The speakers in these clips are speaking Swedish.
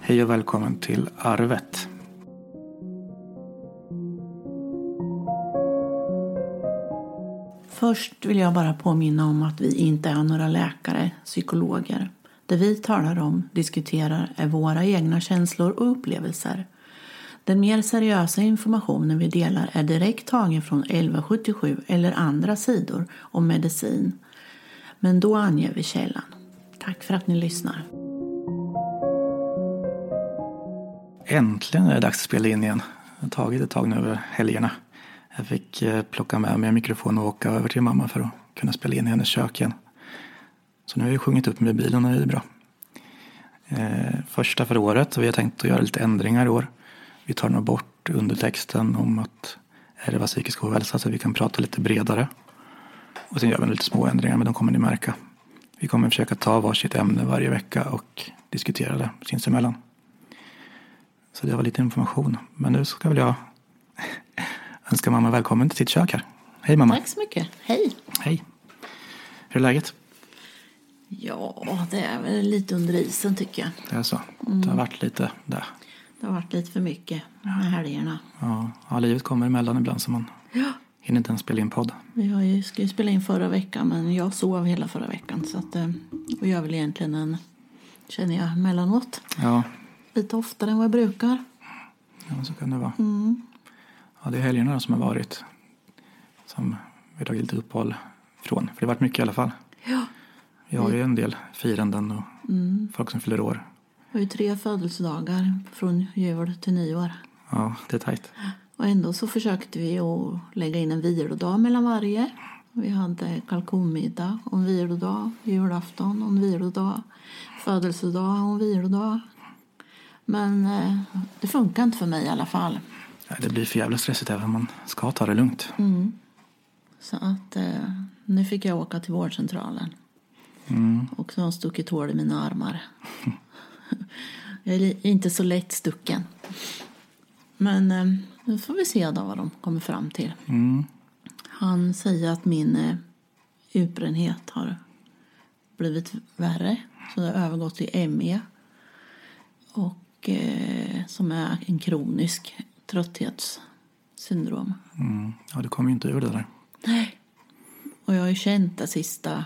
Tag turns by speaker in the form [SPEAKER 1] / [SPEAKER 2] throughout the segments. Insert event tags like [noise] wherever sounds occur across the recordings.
[SPEAKER 1] Hej och välkommen till Arvet.
[SPEAKER 2] Först vill jag bara påminna om att vi inte är några läkare, psykologer. Det vi talar om, diskuterar, är våra egna känslor och upplevelser. Den mer seriösa informationen vi delar är direkt tagen från 1177 eller andra sidor om medicin. Men då anger vi källan. Tack för att ni lyssnar.
[SPEAKER 1] Äntligen är det dags att spela in igen. Det har tagit ett tag nu över helgerna. Jag fick eh, plocka med mig en mikrofon och åka över till mamma för att kunna spela in i hennes kök igen. Så nu har jag sjungit upp med bilen och det är bra. Eh, första för året och vi har tänkt att göra lite ändringar i år. Vi tar nog bort undertexten om att ärva psykisk ohälsa så vi kan prata lite bredare. Och sen gör vi lite små ändringar men de kommer ni märka. Vi kommer försöka ta varsitt ämne varje vecka och diskutera det sinsemellan. Så det var lite information. Men nu ska väl jag [laughs] önska mamma välkommen till sitt kök här. Hej mamma!
[SPEAKER 2] Tack så mycket. Hej!
[SPEAKER 1] Hej! Hur är läget?
[SPEAKER 2] Ja, det är väl lite under isen tycker jag.
[SPEAKER 1] Det är så.
[SPEAKER 2] Mm.
[SPEAKER 1] Det har varit lite där.
[SPEAKER 2] Det har varit lite för mycket med helgerna.
[SPEAKER 1] Ja, ja, livet kommer emellan ibland så man
[SPEAKER 2] Ja.
[SPEAKER 1] hinner inte ens spela in podd.
[SPEAKER 2] Vi har ju, ska ju spela in förra veckan, men jag sov hela förra veckan. Så att, eh, och jag vill egentligen en, känner jag, mellanåt.
[SPEAKER 1] Ja,
[SPEAKER 2] Lite oftare än vad jag brukar.
[SPEAKER 1] ja men så kan det vara.
[SPEAKER 2] Mm.
[SPEAKER 1] Ja, det är helgerna som har varit som vi har tagit lite uppehåll från. För det har varit mycket i alla fall.
[SPEAKER 2] Ja. Mm.
[SPEAKER 1] Vi har ju en del firanden och folk som fyller år.
[SPEAKER 2] Jag har ju tre födelsedagar från jul till nyår.
[SPEAKER 1] Ja, det är tajt.
[SPEAKER 2] Och ändå så försökte vi att lägga in en vilodag mellan varje. Vi hade kalkonmiddag och en vilodag, julafton och en vilodag, födelsedag och en vilodag. Men eh, det funkar inte för mig i alla fall.
[SPEAKER 1] Ja, det blir för jävla stressigt även om man ska ta det lugnt.
[SPEAKER 2] Mm. Så att eh, nu fick jag åka till vårdcentralen. Och så har hon stuckit hål i mina armar. [laughs] jag är li- inte så lätt stucken. Men eh, nu får vi se då vad de kommer fram till. Han säger att min eh, utbrändhet har blivit värre. Så det har övergått till ME. Och eh, som är en kronisk trötthetssyndrom.
[SPEAKER 1] Mm. Ja, du kommer ju inte ur det där.
[SPEAKER 2] Nej. Och jag har ju känt de sista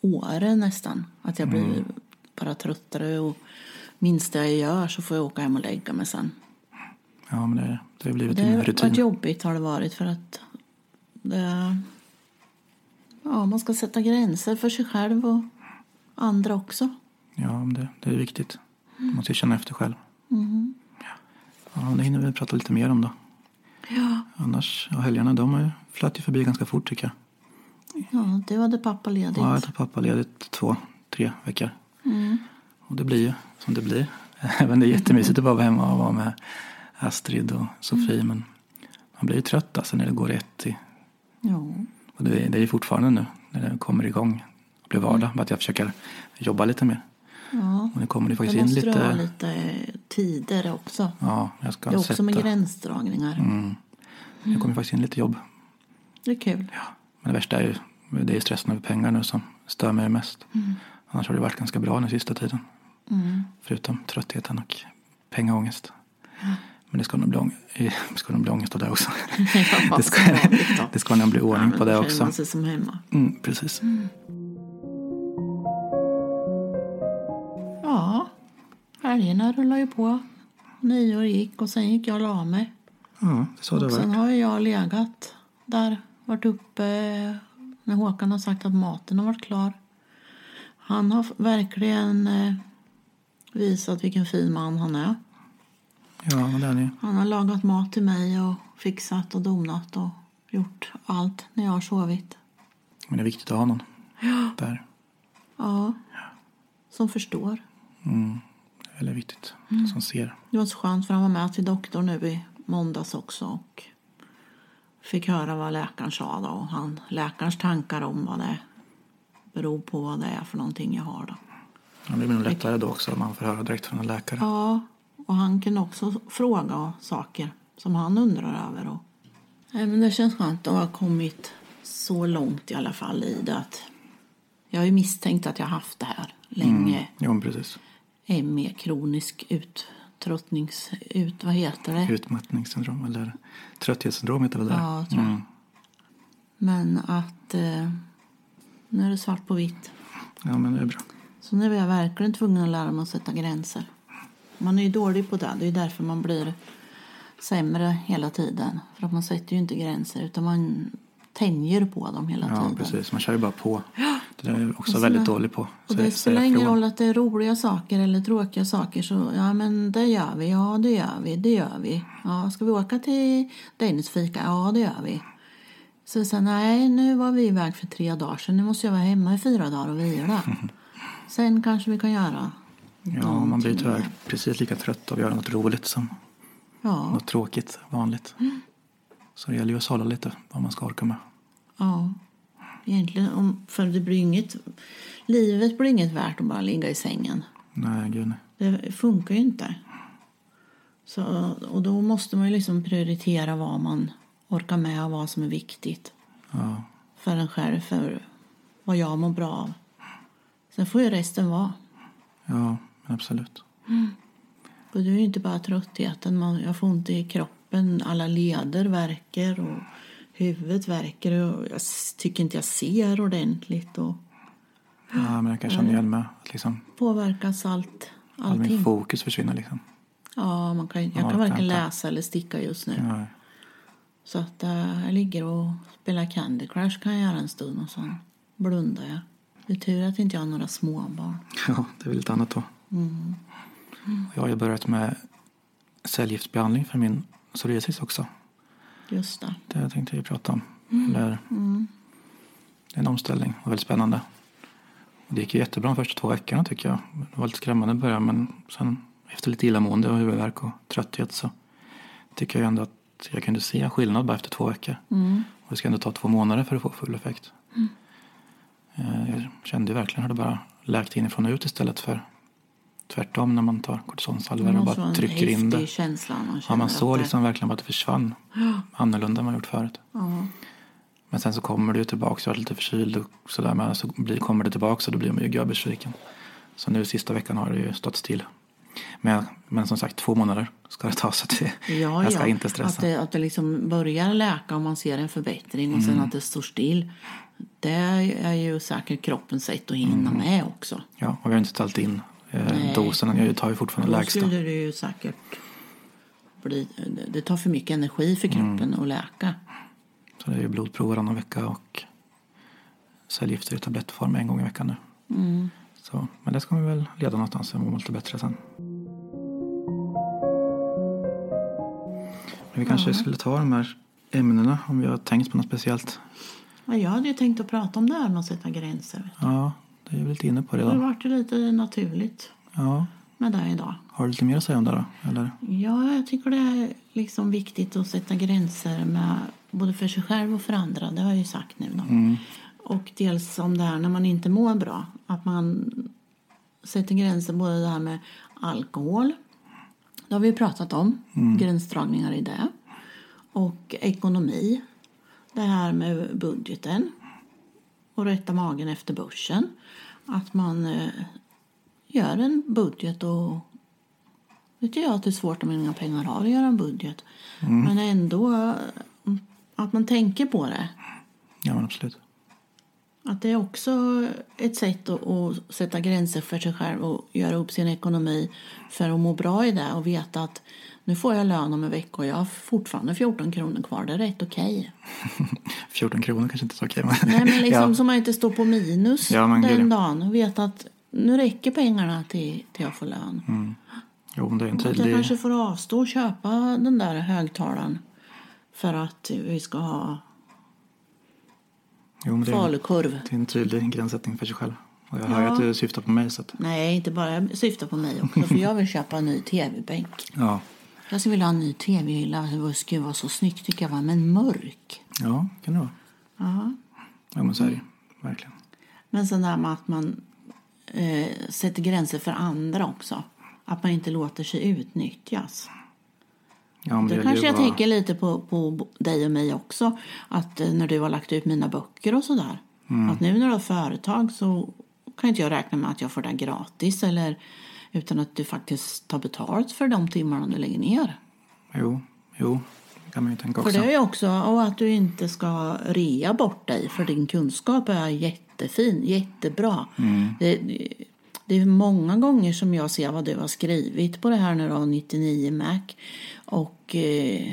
[SPEAKER 2] åren nästan att jag blir
[SPEAKER 1] Mm.
[SPEAKER 2] bara tröttare och minsta jag gör så får jag åka hem och lägga mig sen.
[SPEAKER 1] Ja, men det, det har blivit
[SPEAKER 2] Det
[SPEAKER 1] din
[SPEAKER 2] har
[SPEAKER 1] rutin.
[SPEAKER 2] varit jobbigt har det varit för att det, ja, man ska sätta gränser för sig själv och andra också.
[SPEAKER 1] Ja, men det, det är viktigt.
[SPEAKER 2] Mm.
[SPEAKER 1] Man måste ju känna efter själv.
[SPEAKER 2] Mm-hmm.
[SPEAKER 1] Ja. ja, det hinner vi prata lite mer om då.
[SPEAKER 2] Ja,
[SPEAKER 1] Annars, ja, helgerna de har ju- flöt ju förbi ganska fort tycker jag.
[SPEAKER 2] ja du hade pappa ledigt.
[SPEAKER 1] Ja, jag tar pappaledigt två, tre veckor.
[SPEAKER 2] Mm.
[SPEAKER 1] Och det blir ju som det blir. [laughs] Även det är jättemysigt att bara vara hemma och vara med Astrid och Sofie.
[SPEAKER 2] Mm.
[SPEAKER 1] Men man blir ju trött alltså när det går ett till.
[SPEAKER 2] ja.
[SPEAKER 1] Och det, är- det är ju fortfarande nu när det kommer igång och blir vardag.
[SPEAKER 2] Mm.
[SPEAKER 1] Bara att jag försöker jobba lite mer.
[SPEAKER 2] ja.
[SPEAKER 1] Och nu kommer det
[SPEAKER 2] Då
[SPEAKER 1] faktiskt in
[SPEAKER 2] måste du ha
[SPEAKER 1] lite.
[SPEAKER 2] lite tider också.
[SPEAKER 1] Ja, jag ska
[SPEAKER 2] Det är också
[SPEAKER 1] sätta. Mm.
[SPEAKER 2] med gränsdragningar.
[SPEAKER 1] Det kommer faktiskt in lite jobb.
[SPEAKER 2] Det är kul.
[SPEAKER 1] Ja, men det värsta är ju det är stressen över pengar nu som stör mig mest.
[SPEAKER 2] Mm.
[SPEAKER 1] Annars har det varit ganska bra den sista tiden. Förutom tröttheten och pengaångest. Men det ska nog bli, ång- eh, ska nog bli ångest av [laughs] det också.
[SPEAKER 2] [laughs] Ja,
[SPEAKER 1] det, ska,
[SPEAKER 2] som vanligt då.
[SPEAKER 1] det ska nog bli
[SPEAKER 2] Ja,
[SPEAKER 1] ordning
[SPEAKER 2] men
[SPEAKER 1] på
[SPEAKER 2] då
[SPEAKER 1] det
[SPEAKER 2] känner
[SPEAKER 1] också.
[SPEAKER 2] Man sig som hemma.
[SPEAKER 1] Mm, precis.
[SPEAKER 2] Ja, helgerna rullar ju på. Nyår gick och sen gick jag och la mig.
[SPEAKER 1] Ja, det är så det
[SPEAKER 2] Och
[SPEAKER 1] har
[SPEAKER 2] sen
[SPEAKER 1] varit.
[SPEAKER 2] har ju jag legat där, varit uppe när Håkan har sagt att maten har varit klar. Han har verkligen eh, visat vilken fin man han är.
[SPEAKER 1] Ja, men det är ni.
[SPEAKER 2] Han har lagat mat till mig och fixat och donat och gjort allt när jag har sovit.
[SPEAKER 1] Men det är viktigt att ha någon där.
[SPEAKER 2] Ja, som förstår.
[SPEAKER 1] Det är väldigt viktigt.
[SPEAKER 2] Mm.
[SPEAKER 1] Som ser.
[SPEAKER 2] Det var så skönt för han var med till doktorn nu i måndags också och fick höra vad läkaren sa då och han, läkarens tankar om vad det beror på vad det är för någonting jag har då.
[SPEAKER 1] Ja, det blir nog lättare då också om man får höra direkt från en läkare.
[SPEAKER 2] Ja, och han kunde också fråga saker som han undrar över. Och, nej, men det känns skönt att ha kommit så långt i alla fall i det att jag har ju misstänkt att jag har haft det här länge.
[SPEAKER 1] Jo, men precis.
[SPEAKER 2] ME, kronisk ut, uttrottnings... Ut, vad heter det?
[SPEAKER 1] Utmattningssyndrom eller trötthetssyndrom heter väl det?
[SPEAKER 2] Ja, jag tror
[SPEAKER 1] Mm.
[SPEAKER 2] Men att eh, nu är det svart på vitt.
[SPEAKER 1] ja, men det är bra.
[SPEAKER 2] Så nu är jag verkligen tvungen att lära mig att sätta gränser. Man är ju dålig på det. Det är ju därför man blir sämre hela tiden. För att man sätter ju inte gränser utan man tänjer på dem hela
[SPEAKER 1] Ja,
[SPEAKER 2] tiden.
[SPEAKER 1] precis. Man kör ju bara på. Det där är jag också
[SPEAKER 2] Och
[SPEAKER 1] väldigt
[SPEAKER 2] såna-
[SPEAKER 1] dålig på.
[SPEAKER 2] Och
[SPEAKER 1] Säga-
[SPEAKER 2] det spelar
[SPEAKER 1] säga
[SPEAKER 2] ingen
[SPEAKER 1] ifrån.
[SPEAKER 2] roll att det är roliga saker eller tråkiga saker. Så ja, men det gör vi. Ja, det gör vi. Det gör vi. Ja, ska vi åka till Dennis fika? Ja, det gör vi. Så sen, nej, nu var vi iväg för tre dagar sedan. Nu måste jag vara hemma i fyra dagar och vila. Sen kanske vi kan göra.
[SPEAKER 1] Ja, man blir
[SPEAKER 2] någonting
[SPEAKER 1] tyvärr
[SPEAKER 2] igen.
[SPEAKER 1] precis lika trött av att göra något roligt som
[SPEAKER 2] Ja, Mm.
[SPEAKER 1] något tråkigt vanligt. Så det gäller ju att sålla lite vad man ska orka med.
[SPEAKER 2] ja. Egentligen, om, för det blir inget... Livet blir inget värt att bara ligga i sängen.
[SPEAKER 1] Nej, gud nej.
[SPEAKER 2] Det funkar ju inte. Så, och då måste man ju liksom prioritera vad man orkar med och vad som är viktigt
[SPEAKER 1] Ja,
[SPEAKER 2] för en själv, för vad jag mår bra av. Sen får ju resten vara.
[SPEAKER 1] ja men absolut.
[SPEAKER 2] Och det är ju inte bara tröttheten, man, jag får ont i kroppen, alla leder verkar och huvudet verkar och jag s- tycker inte jag ser ordentligt och
[SPEAKER 1] Ja, men jag kan känna igen mig. Att liksom,
[SPEAKER 2] påverkas allt,
[SPEAKER 1] all min
[SPEAKER 2] allting.
[SPEAKER 1] fokus försvinner liksom.
[SPEAKER 2] Ja, man kan, jag
[SPEAKER 1] Ja,
[SPEAKER 2] kan varken
[SPEAKER 1] vänta.
[SPEAKER 2] läsa eller sticka just nu.
[SPEAKER 1] Ja,
[SPEAKER 2] Så att eh, jag ligger och spelar Candy Crush kan jag göra en stund och sen blundar jag. Det är tur att inte jag har några småbarn.
[SPEAKER 1] ja det är väl lite annat då.
[SPEAKER 2] Mm.
[SPEAKER 1] Jag har ju börjat med cellgiftsbehandling för min psoriasis också.
[SPEAKER 2] Just det.
[SPEAKER 1] Det tänkte vi prata om.
[SPEAKER 2] Mm.
[SPEAKER 1] Eller, Det är en omställning och väldigt spännande. Och det gick ju jättebra de första två veckorna tycker jag. Det var lite skrämmande i början men sen efter lite illamående och huvudvärk och trötthet så tycker jag ändå att jag kunde se en skillnad bara efter två veckor.
[SPEAKER 2] Mm.
[SPEAKER 1] Och det ska ändå ta två månader för att få full effekt. Eh, Jag kände ju verkligen hur det bara läkte inifrån och ut istället för tvärtom när man tar kortisonsalvor och
[SPEAKER 2] måste vara
[SPEAKER 1] bara
[SPEAKER 2] en
[SPEAKER 1] trycker in
[SPEAKER 2] häftig
[SPEAKER 1] det.
[SPEAKER 2] känsla man
[SPEAKER 1] Ja,
[SPEAKER 2] känner
[SPEAKER 1] man
[SPEAKER 2] att
[SPEAKER 1] såg
[SPEAKER 2] det-
[SPEAKER 1] liksom verkligen bara att det
[SPEAKER 2] [gasps]
[SPEAKER 1] försvann. Annorlunda än man gjort förut.
[SPEAKER 2] Ja,
[SPEAKER 1] Men sen så kommer det ju tillbaka. Jag var lite förkyld och sådär. Men så blir, kommer det tillbaka så då blir man ju görbesviken. Så nu sista veckan har det ju stått still. Men, men som sagt, två månader ska det ta. Så att det,
[SPEAKER 2] ja,
[SPEAKER 1] jag ska
[SPEAKER 2] ja.
[SPEAKER 1] inte stressa.
[SPEAKER 2] Att det, att det liksom börjar läka och man ser en förbättring och sen
[SPEAKER 1] Mm.
[SPEAKER 2] att det står still. Det är ju säkert kroppens sätt att hinna
[SPEAKER 1] Mm.
[SPEAKER 2] med också.
[SPEAKER 1] Ja, och vi har inte ställt in eh,
[SPEAKER 2] Nej.
[SPEAKER 1] dosen. än. Jag tar ju fortfarande
[SPEAKER 2] Då
[SPEAKER 1] lägsta.
[SPEAKER 2] skulle det ju säkert bli... Det tar för mycket energi för
[SPEAKER 1] Mm.
[SPEAKER 2] kroppen att läka.
[SPEAKER 1] Så det är ju blodprov varannan vecka och cellgifter i tablettform en gång i veckan nu.
[SPEAKER 2] Mm.
[SPEAKER 1] Så, men det ska vi väl leda någonstans så jag mår lite bättre sen. Men vi kanske skulle ta de här ämnena om vi har tänkt på något speciellt.
[SPEAKER 2] Ja, jag hade ju tänkt att prata om det här med att sätta gränser. vet
[SPEAKER 1] Ja, det är vi lite inne på
[SPEAKER 2] du. Det
[SPEAKER 1] redan.
[SPEAKER 2] vart ju lite naturligt
[SPEAKER 1] Ja,
[SPEAKER 2] med det idag.
[SPEAKER 1] har du lite mer att säga om det då? Eller?
[SPEAKER 2] Ja, jag tycker det är liksom viktigt att sätta gränser med både för sig själv och för andra. Det har jag ju sagt nu. Då. Och dels om det här när man inte mår bra. Att man sätter gränser både det här med alkohol. Det har vi ju pratat om. Gränsdragningar i det. Och ekonomi. Det här med budgeten. Och rätta magen efter börsen. Att man eh, gör en budget och vet jag att det är svårt om man inga pengar har att göra en budget.
[SPEAKER 1] Mm.
[SPEAKER 2] Men ändå eh, att man tänker på det.
[SPEAKER 1] Ja, men absolut.
[SPEAKER 2] Att det är också ett sätt att, att sätta gränser för sig själv och göra upp sin ekonomi för att må bra i det och veta att nu får jag lön om en vecka och jag har fortfarande 14 kronor kvar. Det är rätt okej.
[SPEAKER 1] 14 kronor kanske inte är så okej.
[SPEAKER 2] Nej,
[SPEAKER 1] [laughs]
[SPEAKER 2] men liksom
[SPEAKER 1] ja.
[SPEAKER 2] så man inte står på minus
[SPEAKER 1] Ja, men gud,
[SPEAKER 2] den
[SPEAKER 1] ja.
[SPEAKER 2] dagen och vet att nu räcker pengarna till, till jag får
[SPEAKER 1] Mm.
[SPEAKER 2] lön.
[SPEAKER 1] Jo, men det är en
[SPEAKER 2] Att jag
[SPEAKER 1] tydlig...
[SPEAKER 2] kanske får avstå och köpa den där högtalaren för att vi ska ha
[SPEAKER 1] Jo, men det är,
[SPEAKER 2] falukorv.
[SPEAKER 1] det är en tydlig gränssättning för sig själv. Och jag hör ju
[SPEAKER 2] Ja.
[SPEAKER 1] att du syftar på mig så att...
[SPEAKER 2] Nej, inte bara. Jag syftar på mig också, för jag vill köpa en ny tv-bänk.
[SPEAKER 1] Ja,
[SPEAKER 2] Jag skulle vilja ha en ny tv-hylla. Det skulle vara så snyggt, tycker jag, va? men mörk.
[SPEAKER 1] ja kan det vara.
[SPEAKER 2] Ja.
[SPEAKER 1] Ja, men så är det ju. Verkligen.
[SPEAKER 2] Men sen det här med att man eh, sätter gränser för andra också. Att man inte låter sig utnyttjas.
[SPEAKER 1] Ja, men
[SPEAKER 2] Då
[SPEAKER 1] gäller
[SPEAKER 2] kanske
[SPEAKER 1] ju
[SPEAKER 2] jag
[SPEAKER 1] att vara-
[SPEAKER 2] tänker lite på, på dig och mig också. Att eh, när du har lagt ut mina böcker och sådär. Att nu när du har företag så kan inte jag räkna med att jag får det gratis. Eller utan att du faktiskt tar betalt för de timmarna du lägger ner.
[SPEAKER 1] Jo, jo, det kan man ju tänka också.
[SPEAKER 2] För det är också, och att du inte ska rea bort dig för din kunskap är jättefin, jättebra. Det, det är många gånger som jag ser vad du har skrivit på det här nu då, 99 Mac och eh,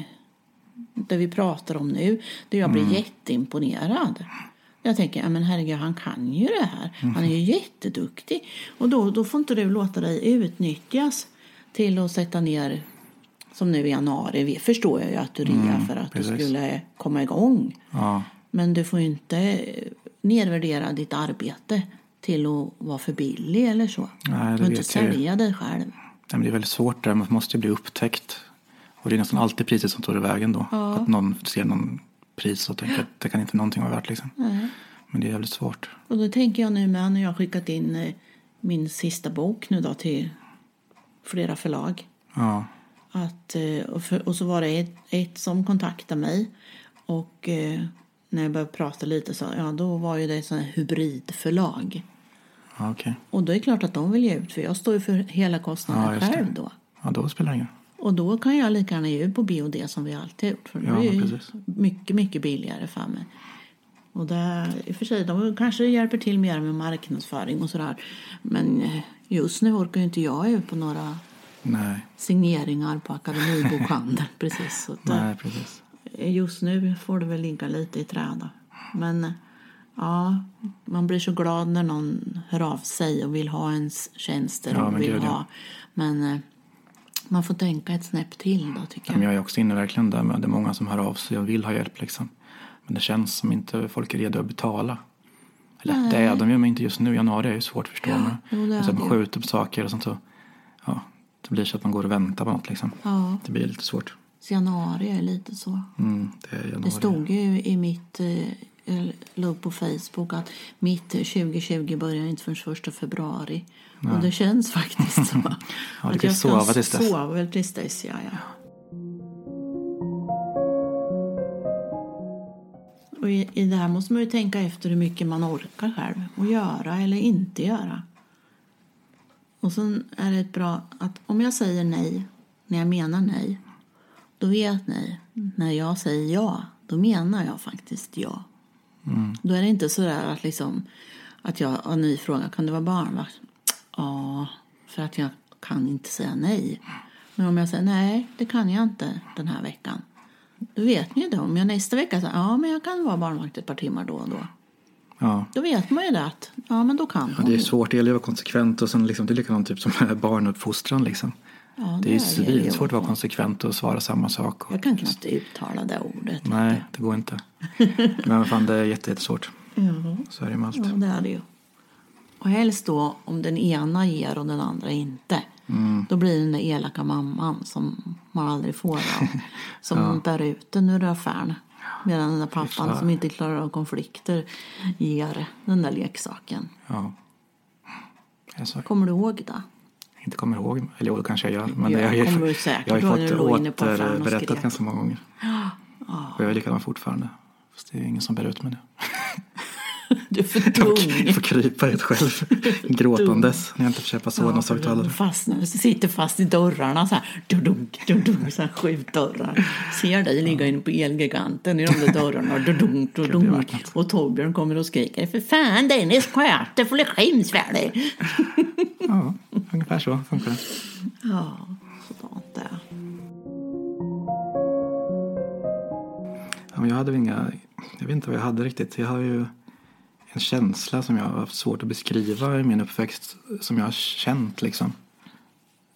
[SPEAKER 2] det vi pratar om nu, där jag
[SPEAKER 1] Mm.
[SPEAKER 2] blir jätteimponerad. Jag tänker, ja men herregud, han kan ju det här. Han är
[SPEAKER 1] Mm.
[SPEAKER 2] ju jätteduktig. Och då, då får inte du låta dig utnyttjas till att sätta ner som nu i januari, vi förstår jag ju att du rear för att du
[SPEAKER 1] Mm, precis.
[SPEAKER 2] skulle komma igång.
[SPEAKER 1] Ja,
[SPEAKER 2] Men du får ju inte nedvärdera ditt arbete till att vara för billig eller så.
[SPEAKER 1] Nej, det
[SPEAKER 2] du får inte
[SPEAKER 1] vet jag ju.
[SPEAKER 2] sälja dig själv.
[SPEAKER 1] nej, men det är väldigt svårt där. Man måste ju bli upptäckt. Och det är nästan alltid priset som står i vägen då. Att någon ser någon pris och tänker att det kan inte någonting vara värt liksom. Men det är jävligt svårt.
[SPEAKER 2] Och då tänker jag nu med när jag har skickat in eh, min sista bok nu då till flera förlag.
[SPEAKER 1] Ja,
[SPEAKER 2] Att, eh, och, för, och så var det ett, ett som kontaktade mig. Och eh, när jag började prata lite så, ja då var ju det ett sånt här hybridförlag.
[SPEAKER 1] ja okej.
[SPEAKER 2] Och då är det klart att de vill ge ut för jag står ju för hela
[SPEAKER 1] Ja,
[SPEAKER 2] kostnaden
[SPEAKER 1] just det.
[SPEAKER 2] själv då.
[SPEAKER 1] Ja, då spelar det ingen roll.
[SPEAKER 2] Och då kan jag lika gärna ge ut på BOD som vi alltid gjort. För det
[SPEAKER 1] Ja,
[SPEAKER 2] är ju
[SPEAKER 1] precis.
[SPEAKER 2] mycket, mycket billigare för mig. Och där, i och för sig, de kanske hjälper till mer med marknadsföring och sådär. Men eh, just nu orkar ju inte jag ut på några
[SPEAKER 1] Nej,
[SPEAKER 2] signeringar
[SPEAKER 1] [laughs]
[SPEAKER 2] på Akademibokhandeln precis. Så att, eh,
[SPEAKER 1] nej precis.
[SPEAKER 2] just nu får det väl ligga lite i träda. Men eh, ja, man blir så glad när någon hör av sig och vill ha ens tjänster.
[SPEAKER 1] Ja, men
[SPEAKER 2] och vill
[SPEAKER 1] gud, ja.
[SPEAKER 2] ha. Men eh, man får tänka ett snäpp till då tycker
[SPEAKER 1] Ja,
[SPEAKER 2] jag.
[SPEAKER 1] Men jag är också inne verkligen där med det är många som hör av sig och vill ha hjälp liksom. Men det känns som inte folk är redo att betala. Eller det är de ju, men inte just nu. Januari är ju svårt förstår man.
[SPEAKER 2] jo, det
[SPEAKER 1] Och så
[SPEAKER 2] är
[SPEAKER 1] att man
[SPEAKER 2] det.
[SPEAKER 1] skjuter på saker och sånt så. Ja, det blir så att man går och väntar på något liksom.
[SPEAKER 2] Ja.
[SPEAKER 1] Det blir lite svårt.
[SPEAKER 2] Så januari är lite så.
[SPEAKER 1] Mm, det är januari.
[SPEAKER 2] Det stod ju i mitt, eh, jag la upp på Facebook att mitt 2020 börjar inte förrän första februari. Och det känns faktiskt så.
[SPEAKER 1] Ja, du
[SPEAKER 2] Att
[SPEAKER 1] kan
[SPEAKER 2] jag ska
[SPEAKER 1] sova tills dess.
[SPEAKER 2] Sova väl tills dess, ja, ja. Och i, i det här måste man ju tänka efter hur mycket man orkar själv och göra eller inte göra. Och sen är det ett bra att om jag säger nej när jag menar nej, då vet ni. När jag säger ja, då menar jag faktiskt ja. Då är det inte så där att liksom att jag har en ny fråga, kan du vara barnvakt? Ja, för att jag kan inte säga nej. Men om jag säger nej, det kan jag inte den här veckan. Då vet ni ju det. Om jag nästa vecka säger ja, men jag kan vara barnvakt ett par timmar då och då.
[SPEAKER 1] Ja.
[SPEAKER 2] Då vet man ju det att ja, men då kan
[SPEAKER 1] Ja,
[SPEAKER 2] hon
[SPEAKER 1] det är
[SPEAKER 2] ju.
[SPEAKER 1] svårt, det gäller att vara konsekvent och sen liksom, det är likadant typ som med barnuppfostran liksom.
[SPEAKER 2] Ja,
[SPEAKER 1] det är ju
[SPEAKER 2] det ju
[SPEAKER 1] svinsvårt att vara konsekvent och svara samma sak. Och,
[SPEAKER 2] Jag kan knappt uttala det ordet.
[SPEAKER 1] Nej, det går
[SPEAKER 2] [laughs]
[SPEAKER 1] inte. Men fan, det är jätte- jättesvårt.
[SPEAKER 2] Ja.
[SPEAKER 1] Så är det med allt.
[SPEAKER 2] Ja, det är det ju. Och helst då om den ena ger och den andra inte. Då blir det den där elaka mamman som man aldrig får av. Som bär ut den ur affären. Medan den där pappan som inte klarar av konflikter ger den där leksaken.
[SPEAKER 1] Ja. Jag sa,
[SPEAKER 2] Kommer du ihåg det?
[SPEAKER 1] inte kommer ihåg, eller jo, det kanske jag gör. Men
[SPEAKER 2] Ja,
[SPEAKER 1] jag, jag,
[SPEAKER 2] kommer du säkert
[SPEAKER 1] jag
[SPEAKER 2] ihåg
[SPEAKER 1] har
[SPEAKER 2] när
[SPEAKER 1] ju
[SPEAKER 2] du
[SPEAKER 1] fått
[SPEAKER 2] låg inne på affären och
[SPEAKER 1] återberättat
[SPEAKER 2] skrek. Ah.
[SPEAKER 1] ganska många gånger. Och jag är likadan fortfarande. Fast det är ingen som bär ut mig nu.
[SPEAKER 2] Du är för tung.
[SPEAKER 1] Jag får krypa helt
[SPEAKER 2] [laughs]
[SPEAKER 1] själv. Gråtandes när jag inte får köpa
[SPEAKER 2] du
[SPEAKER 1] sonhögtalare.
[SPEAKER 2] fastnar, sitter fast i dörrarna så här. Dudunk, dudunk, så här sju dörrar. Ser dig ligga inne på Elgiganten i de där dörrarna. Dudunk,
[SPEAKER 1] det
[SPEAKER 2] dudunk.
[SPEAKER 1] varit något.
[SPEAKER 2] Och Torbjörn kommer och skriker. För fan Dennis, sköt dig för det skäms för dig.
[SPEAKER 1] Ja, ungefär så funkar det.
[SPEAKER 2] Ja, sådant där.
[SPEAKER 1] Ja, men jag hade väl inga, jag vet inte vad jag hade riktigt. Jag har ju en känsla som jag har haft svårt att beskriva i min uppväxt. Som jag har känt liksom.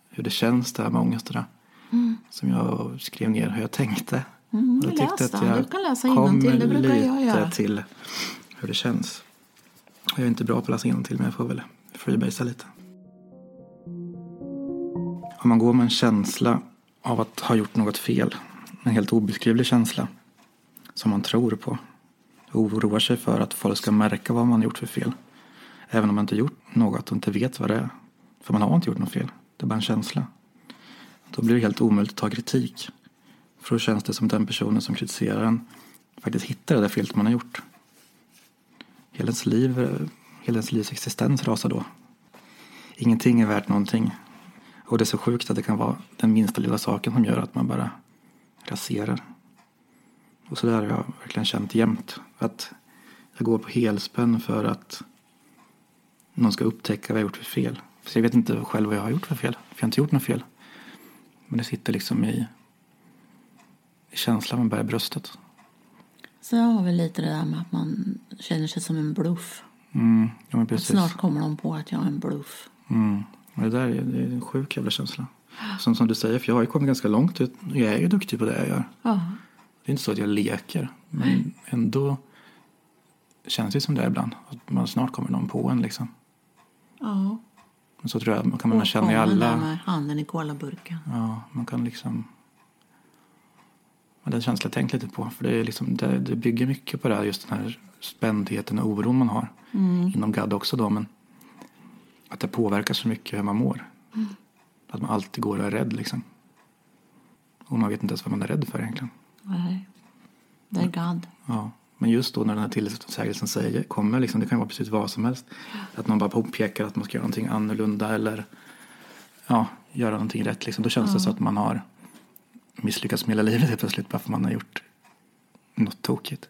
[SPEAKER 1] Hur det känns det här med ångest och det. Som jag skrev ner hur jag tänkte. och jag
[SPEAKER 2] Mm. läs
[SPEAKER 1] tyckte att
[SPEAKER 2] den.
[SPEAKER 1] jag
[SPEAKER 2] Du kan läsa
[SPEAKER 1] kom
[SPEAKER 2] innantill, det brukar jag
[SPEAKER 1] lite
[SPEAKER 2] göra.
[SPEAKER 1] till hur det känns. Och Jag är inte bra på att läsa innantill men jag får väl freebasea lite. Om man går med en känsla av att ha gjort något fel. En helt obeskrivlig känsla som man tror på. Oroar sig för att folk ska märka vad man har gjort för fel. Även om man inte gjort något och inte vet vad det är. För man har inte gjort något fel. Det är bara en känsla. Då blir det helt omöjligt att ta kritik. För då känns det som den personen som kritiserar en faktiskt hittar det där felet man har gjort. Hela ens, liv, hela ens livs existens rasar då. Ingenting är värt någonting. Och det är så sjukt att det kan vara den minsta lilla saken som gör att man bara raserar. Och så där har jag verkligen känt jämt. Att jag går på helspänn för att någon ska upptäcka vad jag gjort för fel. För jag vet inte själv vad jag har gjort för fel. För jag har inte gjort något fel. Men det sitter liksom i, i känslan man bär i bröstet.
[SPEAKER 2] Så jag har väl lite det där med att man känner sig som en bluff.
[SPEAKER 1] Mm, ja men
[SPEAKER 2] Att
[SPEAKER 1] precis.
[SPEAKER 2] Snart kommer de på att jag är en bluff.
[SPEAKER 1] Mm. Och det där är, det är en sjuk jävla känsla. Som, som du säger, för jag har ju kommit ganska långt. ut. Jag är ju duktig på det jag gör.
[SPEAKER 2] Ja,
[SPEAKER 1] Det är inte så att jag leker, men ändå känns det som det är ibland. Att man snart kommer någon på en liksom.
[SPEAKER 2] ja.
[SPEAKER 1] Men så tror jag man kan man känna i
[SPEAKER 2] Åkomman där
[SPEAKER 1] alla.
[SPEAKER 2] med handen i kolaburken.
[SPEAKER 1] Ja, man kan liksom. Men den känslan jag tänkt lite på. För det, är liksom, det, det bygger mycket på det här, just den här spändheten och oron man har.
[SPEAKER 2] Mm.
[SPEAKER 1] Inom GAD också då, men att det påverkar så mycket hur man mår.
[SPEAKER 2] Mm.
[SPEAKER 1] Att man alltid går och är rädd liksom. Och man vet inte ens vad man är rädd för egentligen.
[SPEAKER 2] Nej. Det är God.
[SPEAKER 1] Ja, men just då när den här tillsägelsen säger, kommer, liksom, det kan vara precis vad som helst. Att man bara påpekar att man ska göra någonting annorlunda eller ja, göra någonting rätt. Liksom. Då känns det så att man har misslyckats med hela livet helt plötsligt bara för man har gjort något tokigt.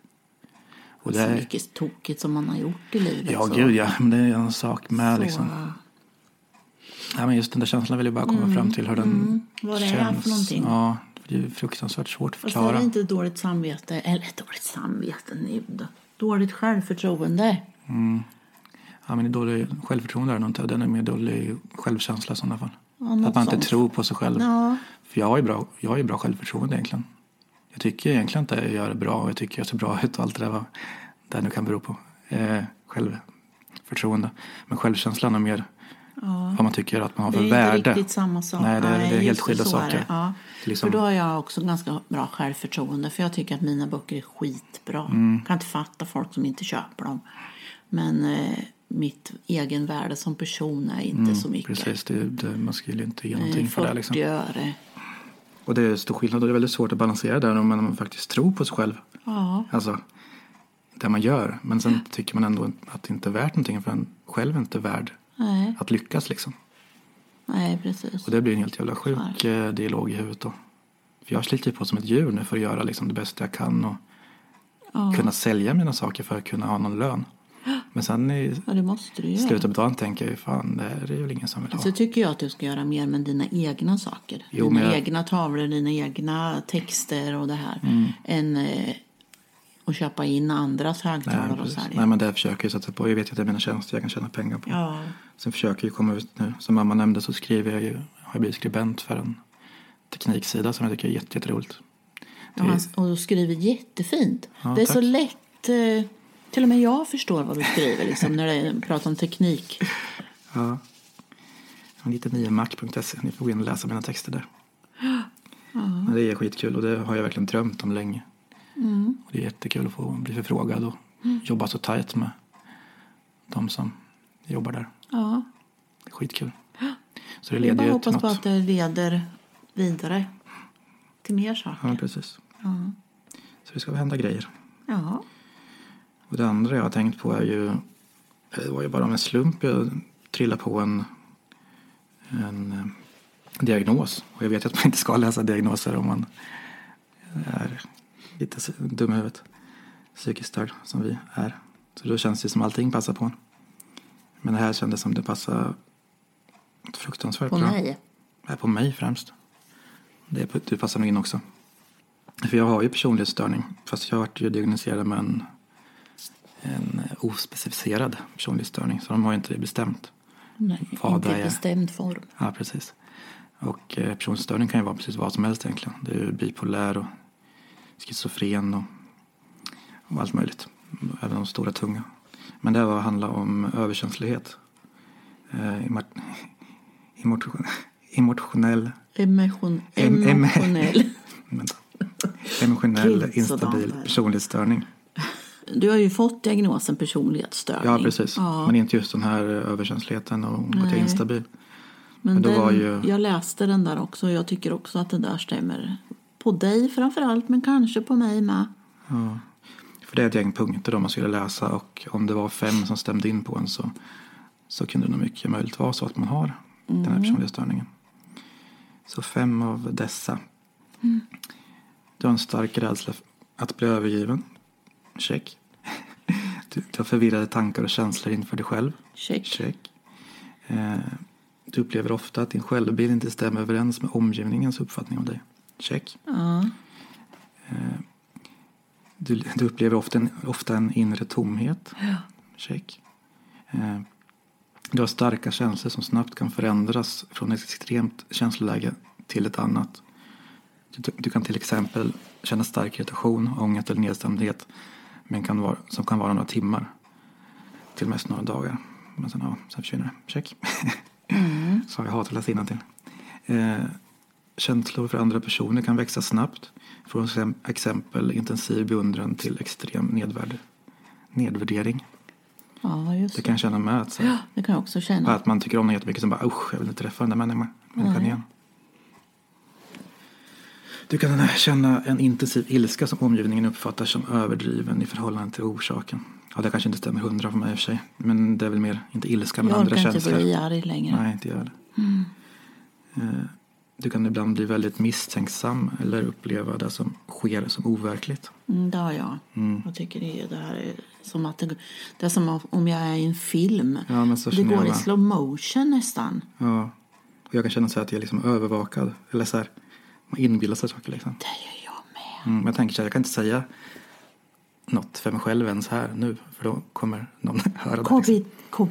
[SPEAKER 1] Och det
[SPEAKER 2] Så
[SPEAKER 1] är,
[SPEAKER 2] mycket tokigt som man har gjort i livet.
[SPEAKER 1] ja,
[SPEAKER 2] så.
[SPEAKER 1] gud ja, men det är en sak med
[SPEAKER 2] Så,
[SPEAKER 1] liksom. Ja, men just den där känslan vill jag bara komma fram till hur den
[SPEAKER 2] Mm. Vad det är
[SPEAKER 1] känns.
[SPEAKER 2] för någonting.
[SPEAKER 1] Ja, det är ju fruktansvärt svårt att
[SPEAKER 2] Och så är
[SPEAKER 1] förklara.
[SPEAKER 2] det inte dåligt samvete, eller dåligt samvete, nej, då- dåligt självförtroende.
[SPEAKER 1] Ja, men det är dålig självförtroende är det nog inte. Den är mer dålig självkänsla i sådana fall.
[SPEAKER 2] något
[SPEAKER 1] att man
[SPEAKER 2] sånt.
[SPEAKER 1] inte tror på sig själv.
[SPEAKER 2] Ja.
[SPEAKER 1] För jag har, ju bra, jag har ju bra självförtroende egentligen. Jag tycker egentligen att jag gör det bra och jag tycker jag ser bra [laughs] ut och allt det där vad det nu kan bero på. Eh, självförtroende. Men självkänslan är mer vad man tycker att man har
[SPEAKER 2] Det
[SPEAKER 1] för
[SPEAKER 2] är ju
[SPEAKER 1] värde.
[SPEAKER 2] inte riktigt samma sak.
[SPEAKER 1] Nej, det, är- det är
[SPEAKER 2] just
[SPEAKER 1] helt skilda
[SPEAKER 2] så är det.
[SPEAKER 1] saker.
[SPEAKER 2] Ja.
[SPEAKER 1] Det är liksom-
[SPEAKER 2] För då har jag också ganska bra självförtroende. För jag tycker att mina böcker är skitbra.
[SPEAKER 1] Mm.
[SPEAKER 2] kan inte fatta folk som inte köper dem. Men eh, mitt egenvärde som person är inte så mycket.
[SPEAKER 1] Mm, Precis, det, det, man skulle ju inte ge
[SPEAKER 2] Eh,
[SPEAKER 1] någonting för det. Liksom.
[SPEAKER 2] 40 öre.
[SPEAKER 1] Och det är stor skillnad och det är väldigt svårt att balansera där om man faktiskt tror på sig själv.
[SPEAKER 2] Ja.
[SPEAKER 1] Alltså det man gör. Men sen tycker man ändå att det inte är värt någonting för en själv är inte värd
[SPEAKER 2] Nej,
[SPEAKER 1] att lyckas liksom.
[SPEAKER 2] nej precis.
[SPEAKER 1] Och det blir en helt jävla sjuk eh, dialog i huvudet då. För jag sliter ju på som ett djur nu för att göra liksom det bästa jag kan och kunna sälja mina saker för att kunna ha någon lön. Men sen i
[SPEAKER 2] Ja, Alltså, typ det måste du göra.
[SPEAKER 1] slutet av dagen tänker jag ju fan det här är väl ingen som vill ha.
[SPEAKER 2] Så tycker jag att du ska göra mer med dina egna saker.
[SPEAKER 1] Jo,
[SPEAKER 2] dina
[SPEAKER 1] men jag-
[SPEAKER 2] egna tavlor, dina egna texter och det här.
[SPEAKER 1] Mm.
[SPEAKER 2] Än eh, att köpa in andras högtalare och
[SPEAKER 1] precis.
[SPEAKER 2] sälja.
[SPEAKER 1] Nej men det försöker jag satsa på. Jag vet ju att det är mina tjänster jag kan tjäna pengar på.
[SPEAKER 2] Ja.
[SPEAKER 1] Sen försöker jag komma ut nu. Som mamma nämnde så skriver jag ju, har jag blivit skribent för en tekniksida som jag tycker är jätte- jätteroligt. Det
[SPEAKER 2] Och,
[SPEAKER 1] är-
[SPEAKER 2] han, och du skriver jättefint.
[SPEAKER 1] Ja,
[SPEAKER 2] det är så
[SPEAKER 1] tack.
[SPEAKER 2] lätt. Eh, till och med jag förstår vad du skriver liksom, när du pratar om teknik.
[SPEAKER 1] Ja. 99mac.se. Ni får gå in och läsa mina texter där. Men det är skitkul och det har jag verkligen drömt om länge.
[SPEAKER 2] Mm.
[SPEAKER 1] Och det är jättekul att få bli förfrågad och jobba så tajt med de som jobbar där.
[SPEAKER 2] Ja.
[SPEAKER 1] Det är skitkul. Så det
[SPEAKER 2] Jag
[SPEAKER 1] leder
[SPEAKER 2] bara
[SPEAKER 1] ju till
[SPEAKER 2] hoppas på
[SPEAKER 1] något.
[SPEAKER 2] att det leder vidare till mer saker.
[SPEAKER 1] Ja, men precis. Så det ska hända grejer.
[SPEAKER 2] Ja.
[SPEAKER 1] Och det andra jag har tänkt på är ju, det var ju bara om en slump jag trillade på en, en eh, diagnos. Och jag vet ju att man inte ska läsa diagnoser om man är lite s- dum i huvudet. Psykiskt störd som vi är. Så då känns det som allting passar på en. Men det här kändes som det passade fruktansvärt
[SPEAKER 2] På
[SPEAKER 1] bra.
[SPEAKER 2] mig.
[SPEAKER 1] Nej, på mig främst. Det, det passar nog in också. För jag har ju personlighetsstörning. Fast jag vart ju diagnostiserad med en, en eh, ospecificerad personlighetsstörning. Så de har ju inte det bestämt.
[SPEAKER 2] Nej,
[SPEAKER 1] Vad
[SPEAKER 2] inte
[SPEAKER 1] är
[SPEAKER 2] i
[SPEAKER 1] jag?
[SPEAKER 2] bestämd form.
[SPEAKER 1] Ja, precis. Och eh, personlighetsstörning kan ju vara precis vad som helst egentligen. Det är ju bipolär och schizofren och, och allt möjligt. Även de stora tunga. Men det här var- handlar om överkänslighet. Eh, emot, [laughs] emotion, [laughs] emotionell
[SPEAKER 2] Emotion,
[SPEAKER 1] Em- em-
[SPEAKER 2] emotionell.
[SPEAKER 1] Vänta. Emotionell
[SPEAKER 2] Gud, sådan
[SPEAKER 1] instabil
[SPEAKER 2] där.
[SPEAKER 1] personlighetsstörning.
[SPEAKER 2] Du har ju fått diagnosen personlighetsstörning.
[SPEAKER 1] Ja, precis.
[SPEAKER 2] Ja,
[SPEAKER 1] Men inte just den här eh, överkänsligheten och att jag
[SPEAKER 2] Nej.
[SPEAKER 1] är instabil.
[SPEAKER 2] men
[SPEAKER 1] men då
[SPEAKER 2] den,
[SPEAKER 1] var ju-
[SPEAKER 2] Jag läste den där också och jag tycker också att det där stämmer. På dig framför allt, men kanske på mig med.
[SPEAKER 1] Ja. För det är ett gäng punkter då man skulle läsa och om det var fem som stämde in på en så, så kunde det nog mycket möjligt vara så att man har den här personlighetsstörningen. Så fem av dessa. Du har en stark rädsla att bli övergiven. Check. [laughs] Du, du har förvirrade tankar och känslor inför dig själv.
[SPEAKER 2] Check.
[SPEAKER 1] Check. Eh, du upplever ofta att din självbild inte stämmer överens med omgivningens uppfattning om dig. Check.
[SPEAKER 2] Ja.
[SPEAKER 1] Du, du upplever ofta en, ofta en inre tomhet.
[SPEAKER 2] Ja.
[SPEAKER 1] Check. Eh, du har starka känslor som snabbt kan förändras från ett extremt känsloläge till ett annat. Du, du kan till exempel känna stark irritation, ångest eller nedstämdhet men kan vara, som kan vara några timmar, till och med några dagar. Men sen, ja, sen försvinner det. Check. Som jag hatar att läsa innantill. Eh, känslor för andra personer kan växa snabbt från sem- exempel intensiv beundran till extrem nedvärd, nedvärdering.
[SPEAKER 2] ja, just
[SPEAKER 1] Det
[SPEAKER 2] det.
[SPEAKER 1] kan jag känna med att, så här,
[SPEAKER 2] Det kan jag också känna.
[SPEAKER 1] att man tycker om någon jättemycket som bara usch, jag vill inte träffa den där människan människan
[SPEAKER 2] Nej.
[SPEAKER 1] igen. Du kan känna en intensiv ilska som omgivningen uppfattar som överdriven i förhållande till orsaken. Ja, det kanske inte stämmer hundra för mig i och för sig. Men det är väl mer, inte ilska, men
[SPEAKER 2] Jag
[SPEAKER 1] andra
[SPEAKER 2] orkar
[SPEAKER 1] känslor.
[SPEAKER 2] inte bli arg längre.
[SPEAKER 1] Nej, inte jag heller. Eh, Du kan ibland bli väldigt misstänksam eller uppleva det som sker som overkligt.
[SPEAKER 2] Mm, det har jag. Jag tycker det, är- det här är som att det, det är som om jag är i en film.
[SPEAKER 1] Ja, men så
[SPEAKER 2] det
[SPEAKER 1] känner jag
[SPEAKER 2] går i
[SPEAKER 1] med.
[SPEAKER 2] slow motion nästan.
[SPEAKER 1] Ja. Och jag kan känna så här att jag är liksom övervakad. Eller så här, man inbillar sig saker liksom.
[SPEAKER 2] Det gör jag med.
[SPEAKER 1] Mm, men jag tänker så här, jag kan inte säga något för mig själv ens här nu. För då kommer någon [laughs] höra det. liksom.
[SPEAKER 2] KB,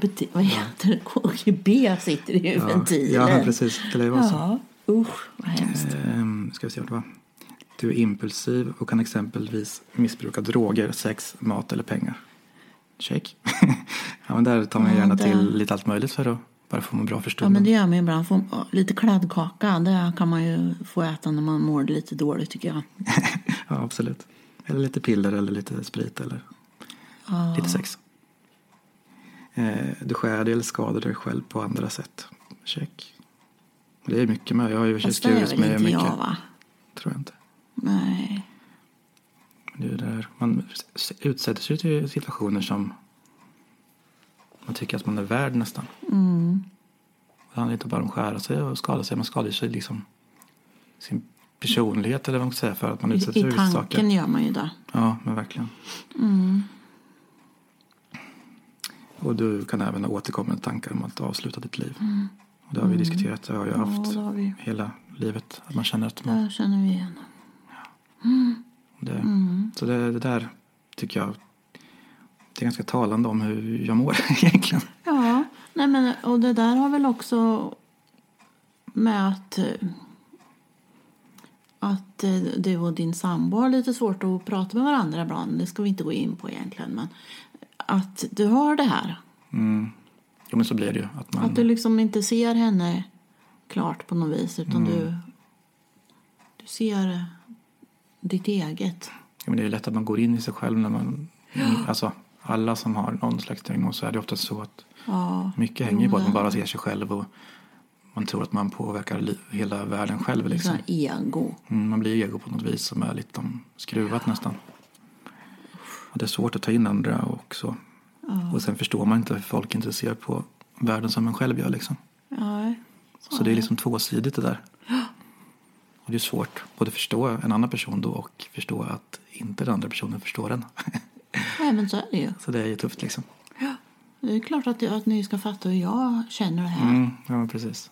[SPEAKER 2] KBT, vad heter det? KGB sitter i ventilen.
[SPEAKER 1] Ja, ja, precis. Det lär ju vara så.
[SPEAKER 2] Ja, usch vad hemskt.
[SPEAKER 1] Ehm, ska vi se vad det var. Du är impulsiv och kan exempelvis missbruka droger, sex, mat eller pengar. Check. [laughs] ja, men där tar man
[SPEAKER 2] Ja,
[SPEAKER 1] gärna
[SPEAKER 2] där.
[SPEAKER 1] till lite allt möjligt för att bara få må bra för
[SPEAKER 2] Ja,
[SPEAKER 1] stunden.
[SPEAKER 2] men det gör man ju ibland. Får, ja, lite kladdkaka, det kan man ju få äta när man mår lite dåligt tycker jag.
[SPEAKER 1] [laughs] ja, absolut. Eller lite piller eller lite sprit eller lite sex. Eh, du skär dig eller skadar dig själv på andra sätt. Check. Det är mycket med. Jag har ju i och för sig
[SPEAKER 2] Fast det är
[SPEAKER 1] skurit
[SPEAKER 2] väl
[SPEAKER 1] mig
[SPEAKER 2] inte
[SPEAKER 1] mycket.
[SPEAKER 2] jag va?
[SPEAKER 1] Tror jag inte.
[SPEAKER 2] Nej.
[SPEAKER 1] Det är ju där. Man s- utsätter sig till situationer som man tycker att man är värd nästan.
[SPEAKER 2] Mm.
[SPEAKER 1] Det handlar inte bara om att skära sig och skada sig. Man skadar sig liksom sin personlighet eller vad man ska säga för att man
[SPEAKER 2] I,
[SPEAKER 1] utsätter sig för
[SPEAKER 2] I
[SPEAKER 1] vissa
[SPEAKER 2] tanken Mm.
[SPEAKER 1] saker.
[SPEAKER 2] gör man ju det.
[SPEAKER 1] Ja, men verkligen. Och du kan även ha återkommande tankar om att avsluta ditt liv.
[SPEAKER 2] Mm.
[SPEAKER 1] Och det har vi diskuterat. Det har jag haft
[SPEAKER 2] det har vi.
[SPEAKER 1] hela livet. Att man känner att man
[SPEAKER 2] Det känner vi igen.
[SPEAKER 1] Det,
[SPEAKER 2] Mm.
[SPEAKER 1] Så det, det där tycker jag det är ganska talande om hur jag mår [laughs] egentligen.
[SPEAKER 2] Ja, nej men, och det där har väl också med att, eh, att eh, du och din sambo har lite svårt att prata med varandra ibland. Det ska vi inte gå in på egentligen. Men att du har det här.
[SPEAKER 1] Mm. Jo men så blir det ju. Att man,
[SPEAKER 2] Att du liksom inte ser henne klart på något vis.
[SPEAKER 1] Mm.
[SPEAKER 2] Utan du, du ser eh, ditt eget.
[SPEAKER 1] jo, men det är ju lätt att man går in i sig själv när man... Alltså alla som har någon slags diagnos så är det ofta så att
[SPEAKER 2] Ja, Mm.
[SPEAKER 1] mycket hänger ju på att man bara ser sig själv och man tror att man påverkar li- hela världen själv liksom.
[SPEAKER 2] sån här ego.
[SPEAKER 1] Mm, man blir ego på något vis som är lite om skruvat nästan. Och det är svårt att ta in andra och så. Och sen förstår man inte hur folk inte ser på världen som man själv gör liksom.
[SPEAKER 2] Ja,
[SPEAKER 1] Så det är liksom tvåsidigt det där. Och det är svårt både att förstå en annan person då och förstå att inte den andra personen förstår en. [laughs]
[SPEAKER 2] nej, men så är det ju.
[SPEAKER 1] Så det är ju tufft liksom.
[SPEAKER 2] Det är klart att, att ni ska fatta hur jag känner det här.
[SPEAKER 1] Mm, ja, men precis.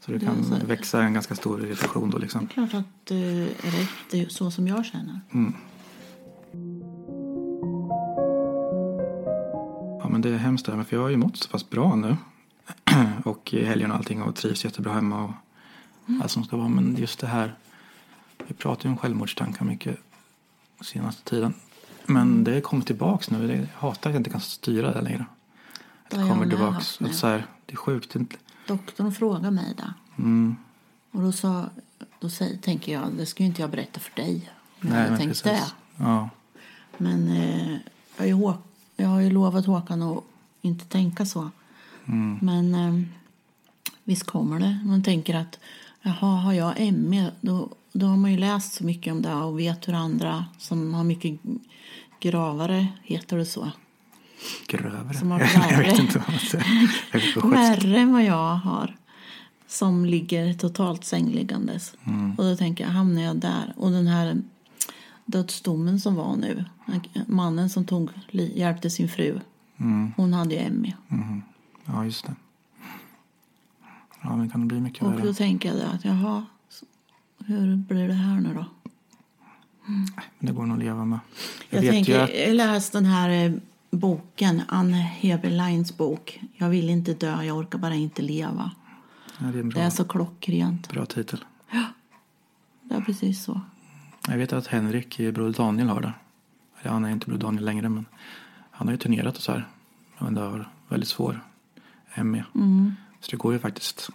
[SPEAKER 1] Så det
[SPEAKER 2] Det
[SPEAKER 1] kan
[SPEAKER 2] är så här.
[SPEAKER 1] växa en ganska stor irritation då liksom.
[SPEAKER 2] Det är klart att du är rätt det är så som jag känner.
[SPEAKER 1] Ja, men det är hemskt det här, men för jag har ju mått så pass bra nu. [clears throat] och i helgen och allting och trivs jättebra hemma och
[SPEAKER 2] Mm.
[SPEAKER 1] allt som ska vara. Men just det här, vi pratar ju om självmordstankar mycket senaste tiden.
[SPEAKER 2] Mm.
[SPEAKER 1] Men det kommer tillbaks nu. Det- Jag hatar att jag inte kan styra det längre. Att
[SPEAKER 2] Det har
[SPEAKER 1] det
[SPEAKER 2] jag
[SPEAKER 1] kommer
[SPEAKER 2] med
[SPEAKER 1] tillbaks.
[SPEAKER 2] haft nu.
[SPEAKER 1] Att så här, det är sjukt. det är inte-
[SPEAKER 2] Doktorn frågade mig det.
[SPEAKER 1] Mm.
[SPEAKER 2] Och då, sa, då säger, tänker jag, det ska ju inte jag berätta för dig. om jag hade
[SPEAKER 1] men
[SPEAKER 2] tänkt det.
[SPEAKER 1] Ja,
[SPEAKER 2] Men eh, jag, har ju, Hå- jag har ju lovat Håkan att inte tänka så. Men eh, visst kommer det. Man tänker att jaha, har jag ME då, då har man ju läst så mycket om det och vet hur andra som har mycket gravare, heter det så,
[SPEAKER 1] grövre.
[SPEAKER 2] Som
[SPEAKER 1] [laughs]
[SPEAKER 2] har
[SPEAKER 1] jag vet
[SPEAKER 2] värre. [laughs]
[SPEAKER 1] inte vad man säger. Jag går på gest.
[SPEAKER 2] värre än vad jag har som ligger totalt sängliggandes.
[SPEAKER 1] Mm.
[SPEAKER 2] Och då tänker jag, hamnar jag där? Och den här dödsdomen som var nu, mannen som tog, li- hjälpte sin fru,
[SPEAKER 1] Mm.
[SPEAKER 2] hon hade ju E. Emmy.
[SPEAKER 1] Ja, just det. Ja, men kan det bli mycket
[SPEAKER 2] Och då
[SPEAKER 1] värre?
[SPEAKER 2] tänker jag att jaha, så- hur blir det här nu då?
[SPEAKER 1] Men det går nog att leva med.
[SPEAKER 2] Jag,
[SPEAKER 1] vet ju
[SPEAKER 2] tänker,
[SPEAKER 1] att...
[SPEAKER 2] jag läste den här eh, boken, Anne Heberleins bok. Jag vill inte dö, jag orkar bara inte leva.
[SPEAKER 1] Ja, det är en
[SPEAKER 2] Det
[SPEAKER 1] bra,
[SPEAKER 2] är så klockrent.
[SPEAKER 1] bra titel.
[SPEAKER 2] Det är precis så.
[SPEAKER 1] Jag vet att Henrik i Broder Daniel har det. Eller Han är inte Broder Daniel längre, men han har ju turnerat och så här. Men det har väldigt svår ME.
[SPEAKER 2] Mm.
[SPEAKER 1] Så det går ju faktiskt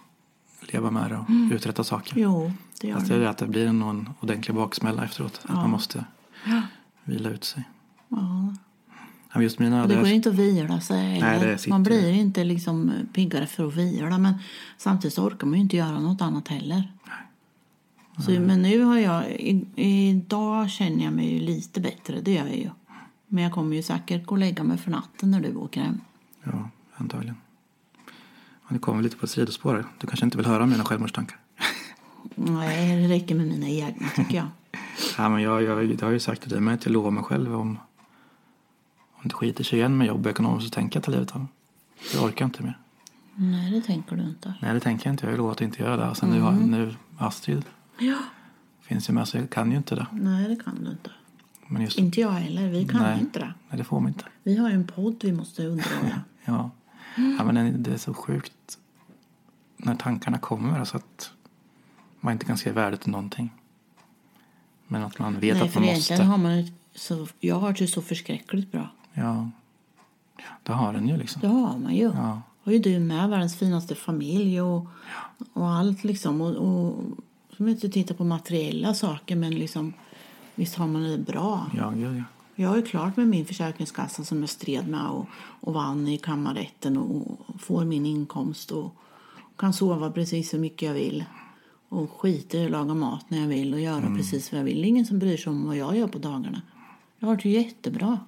[SPEAKER 1] att leva med det och uträtta saker.
[SPEAKER 2] Jo, det gör
[SPEAKER 1] Fast det är
[SPEAKER 2] det.
[SPEAKER 1] det att det blir någon ordentlig baksmälla efteråt. Att man måste vila ut sig.
[SPEAKER 2] Ja.
[SPEAKER 1] Ja, men Just mina
[SPEAKER 2] Det går
[SPEAKER 1] där-
[SPEAKER 2] inte att vila sig.
[SPEAKER 1] Nej,
[SPEAKER 2] heller.
[SPEAKER 1] det sitter
[SPEAKER 2] man
[SPEAKER 1] ju.
[SPEAKER 2] blir inte liksom piggare för att vila men samtidigt så orkar man ju inte göra något annat heller. Så, men nu har jag... I, idag känner jag mig ju lite bättre, det gör jag ju. Men jag kommer ju säkert gå och lägga mig för natten när du åker hem.
[SPEAKER 1] Ja, antagligen. Ja, nu kommer vi lite på ett sidospår. här. Du kanske inte vill höra om mina självmordstankar?
[SPEAKER 2] Nej, det räcker med mina egna
[SPEAKER 1] [laughs]
[SPEAKER 2] tycker jag.
[SPEAKER 1] Ja, men jag, jag, jag har ju sagt till dig, men att jag lovar mig själv om, om det skiter sig igen med jobb och ekonomiskt så tänker jag ta livet av mig. Jag orkar inte mer.
[SPEAKER 2] Nej, det tänker du inte.
[SPEAKER 1] Nej, det tänker jag inte. Jag har ju lovat att inte göra det. Och sen nu, har- nu, Astrid
[SPEAKER 2] Ja.
[SPEAKER 1] finns ju med så jag kan ju inte det.
[SPEAKER 2] Nej, det kan du inte.
[SPEAKER 1] Men just
[SPEAKER 2] Inte jag heller. Vi kan
[SPEAKER 1] Nej.
[SPEAKER 2] inte det.
[SPEAKER 1] Nej, det får man inte.
[SPEAKER 2] Vi har ju en podd vi måste underhålla.
[SPEAKER 1] Ja. ja, men det är så sjukt när tankarna kommer så att man inte kan se värdet i någonting. Men att man vet
[SPEAKER 2] Nej,
[SPEAKER 1] att
[SPEAKER 2] för
[SPEAKER 1] man
[SPEAKER 2] egentligen
[SPEAKER 1] måste.
[SPEAKER 2] har man ett, så, Jag har det ju så förskräckligt bra.
[SPEAKER 1] Ja, det har den ju liksom.
[SPEAKER 2] Det har man ju.
[SPEAKER 1] Ja.
[SPEAKER 2] Har ju du med världens finaste familj och, och allt liksom. Och, och, som inte tittar på materiella saker men liksom visst har man det bra.
[SPEAKER 1] Ja, gud ja.
[SPEAKER 2] Jag är ju klart med min försäkringskassa som jag stred med och, och vann i kammarrätten och, och får min inkomst och, kan sova precis hur mycket jag vill och skiter i att laga mat när jag vill och göra
[SPEAKER 1] Mm.
[SPEAKER 2] precis vad jag vill. Det är ingen som bryr sig om vad jag gör på dagarna. Jag har det ju jättebra.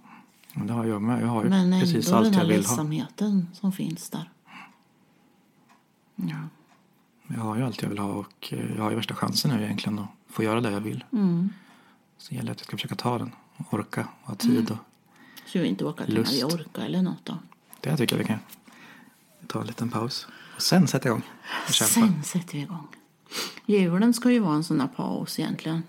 [SPEAKER 1] Men Det har jag med. Jag har ju
[SPEAKER 2] Men
[SPEAKER 1] precis
[SPEAKER 2] ändå den
[SPEAKER 1] allt jag
[SPEAKER 2] här liksom-
[SPEAKER 1] vill ha.
[SPEAKER 2] ledsamheten som finns där. Ja.
[SPEAKER 1] Jag har ju allt jag vill ha och eh, jag har ju värsta chansen nu egentligen att få göra det jag vill.
[SPEAKER 2] Mm.
[SPEAKER 1] Så det gäller att jag ska försöka ta den, och orka och ha tid.
[SPEAKER 2] Mm.
[SPEAKER 1] Och
[SPEAKER 2] Så vi inte åka till
[SPEAKER 1] Lust.
[SPEAKER 2] Mallorca eller något då.
[SPEAKER 1] det tycker jag vi kan ta en liten paus och sen sätta igång och kämpa.
[SPEAKER 2] Sen sätter vi igång. Julen ska ju vara en sån där paus egentligen.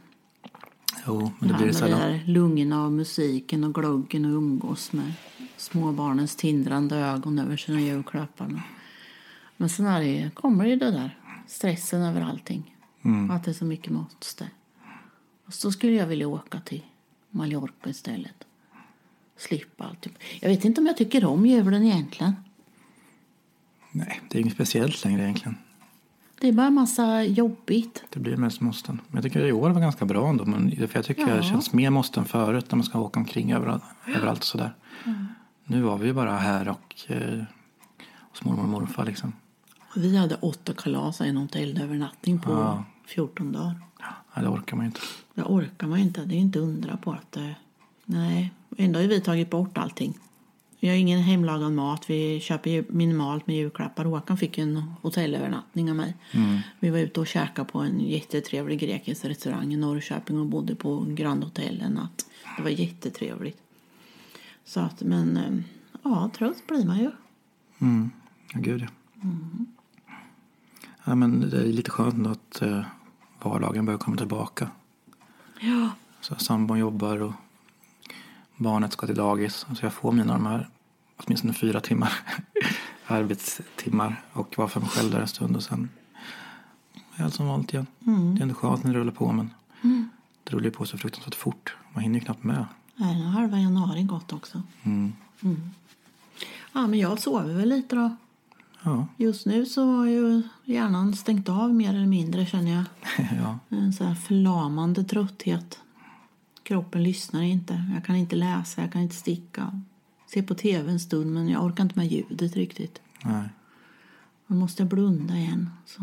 [SPEAKER 1] Jo, men det blir
[SPEAKER 2] här
[SPEAKER 1] det
[SPEAKER 2] med det
[SPEAKER 1] sällan.
[SPEAKER 2] där lungorna och musiken och glöggen och umgås med småbarnens tindrande ögon över sina julklappar. Men- Men sen är det, ju- kommer ju det där stressen över allting.
[SPEAKER 1] Mm.
[SPEAKER 2] Och Att det är så mycket måste. Och så skulle jag vilja åka till Mallorca istället. Slippa allt. Typ. Jag vet inte om jag tycker om julen egentligen.
[SPEAKER 1] Nej, det är inget speciellt längre egentligen.
[SPEAKER 2] Det är bara en massa jobbigt.
[SPEAKER 1] Det blir mest måsten. Men jag tycker i år var ganska bra ändå. Men för jag tycker det
[SPEAKER 2] Ja.
[SPEAKER 1] känns mer måste än förut när man ska åka omkring överallt, överallt och sådär. Nu var vi ju bara här och eh, hos mormor och morfar liksom.
[SPEAKER 2] Vi hade åtta kalas i en hotellövernattning på
[SPEAKER 1] Ja.
[SPEAKER 2] 14 dagar.
[SPEAKER 1] Nej, det orkar man ju inte.
[SPEAKER 2] Det orkar man inte. Det är inte undra på att... eh, Nej, ändå har ju vi tagit bort allting. Vi har ingen hemlagad mat. Vi köper ju minimalt med julklappar. Håkan fick ju en hotellövernattning av mig. Vi var ute och käkade på en jättetrevlig grekisk restaurang i Norrköping och bodde på Grand Hotel en natt. Det var jättetrevligt. Så att, men eh, ja, trött blir man ju.
[SPEAKER 1] Ja, gud ja. ja men det är lite skönt nu att eh, vardagen börjar komma tillbaka.
[SPEAKER 2] Ja.
[SPEAKER 1] Så sambon jobbar och barnet ska till dagis. Så jag får mina de här åtminstone fyra timmar [laughs] arbetstimmar och var för mig själv där en stund och sen är allt som vanligt igen. Det är ändå skönt när det rullar på men det rullar ju på så fruktansvärt fort. Man hinner ju knappt med.
[SPEAKER 2] Här har halva januari gått också. Mm. Ja, men jag sover väl lite då.
[SPEAKER 1] Ja, [laughs]
[SPEAKER 2] Just nu så har ju hjärnan stängt av mer eller mindre känner jag.
[SPEAKER 1] ja.
[SPEAKER 2] En så här förlamande trötthet. Kroppen lyssnar inte. Jag kan inte läsa, jag kan inte sticka. Se på tv en stund men jag orkar inte med ljudet riktigt.
[SPEAKER 1] Nej.
[SPEAKER 2] Då måste jag blunda igen. Så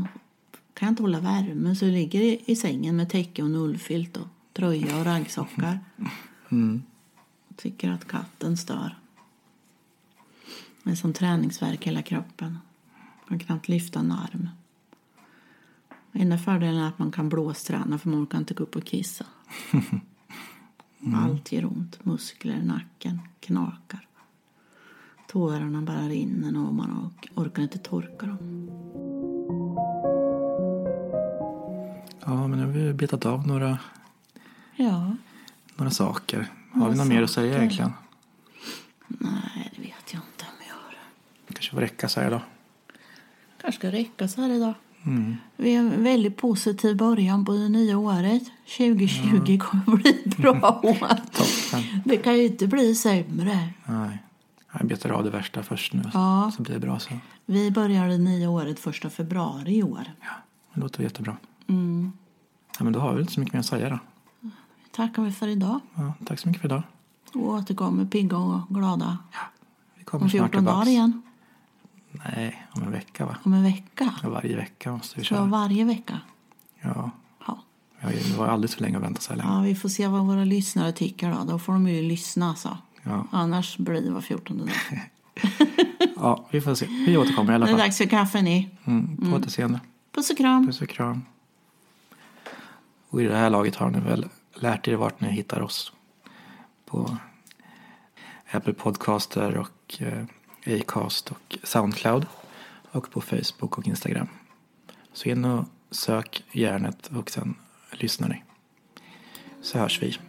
[SPEAKER 2] kan jag inte hålla värmen så jag ligger i- i sängen med täcke och en ullfilt och tröja och raggsockar. Tycker att katten stör. Det är som träningsvärk i hela kroppen. Jag kan knappt lyfta en arm. Enda fördelen är att man kan blåsträna för man kan inte gå upp och kissa. Allt gör ont. Muskler, nacken, knakar. Tårarna bara rinner och man orkar inte torka dem.
[SPEAKER 1] Ja, men nu har vi ju betat av några,
[SPEAKER 2] Ja,
[SPEAKER 1] några saker. Har
[SPEAKER 2] Några
[SPEAKER 1] vi något mer att
[SPEAKER 2] saker.
[SPEAKER 1] säga egentligen?
[SPEAKER 2] nej det vet jag inte om jag har.
[SPEAKER 1] Det kanske får räcka så här idag.
[SPEAKER 2] kanske ska räcka så här idag.
[SPEAKER 1] Mm.
[SPEAKER 2] Vi har en väldigt positiv början på det nya året. 2020 kommer bli
[SPEAKER 1] [laughs]
[SPEAKER 2] ett bra år.
[SPEAKER 1] Toppen.
[SPEAKER 2] Det kan ju inte bli sämre.
[SPEAKER 1] Nej. Jag betar av det värsta först nu,
[SPEAKER 2] Ja.
[SPEAKER 1] så blir det bra sen.
[SPEAKER 2] Vi börjar det nya året första februari i år.
[SPEAKER 1] Ja, det låter jättebra.
[SPEAKER 2] Mm.
[SPEAKER 1] Ja, men då har vi inte så mycket mer att säga då.
[SPEAKER 2] Tackar vi för idag
[SPEAKER 1] Ja, tack så mycket för idag.
[SPEAKER 2] och återkommer pigga och glada
[SPEAKER 1] Vi kommer
[SPEAKER 2] om
[SPEAKER 1] snart
[SPEAKER 2] 14
[SPEAKER 1] tillbaks.
[SPEAKER 2] dagar igen.
[SPEAKER 1] Nej, om en vecka va?
[SPEAKER 2] Om en vecka.
[SPEAKER 1] Ja, Varje vecka måste vi
[SPEAKER 2] Så
[SPEAKER 1] köra.
[SPEAKER 2] varje vecka.
[SPEAKER 1] Ja,
[SPEAKER 2] Ja.
[SPEAKER 1] ja, det var alldeles för länge att vänta så här länge.
[SPEAKER 2] ja, vi får se vad våra lyssnare tycker då. Då får de ju lyssna så.
[SPEAKER 1] Ja.
[SPEAKER 2] Annars blir det var 14 dag.
[SPEAKER 1] Ja, vi får se. Vi återkommer i alla
[SPEAKER 2] Nu är det
[SPEAKER 1] fall.
[SPEAKER 2] dags för kaffe ni.
[SPEAKER 1] Mm, på återseende.
[SPEAKER 2] Puss och kram.
[SPEAKER 1] Puss och kram. Och i det här laget har ni väl lärt er vart ni hittar oss. På Apple Podcaster och eh, Acast och Soundcloud. Och på Facebook och Instagram. Så in och sök järnet och sen lyssnar ni. Så hörs vi.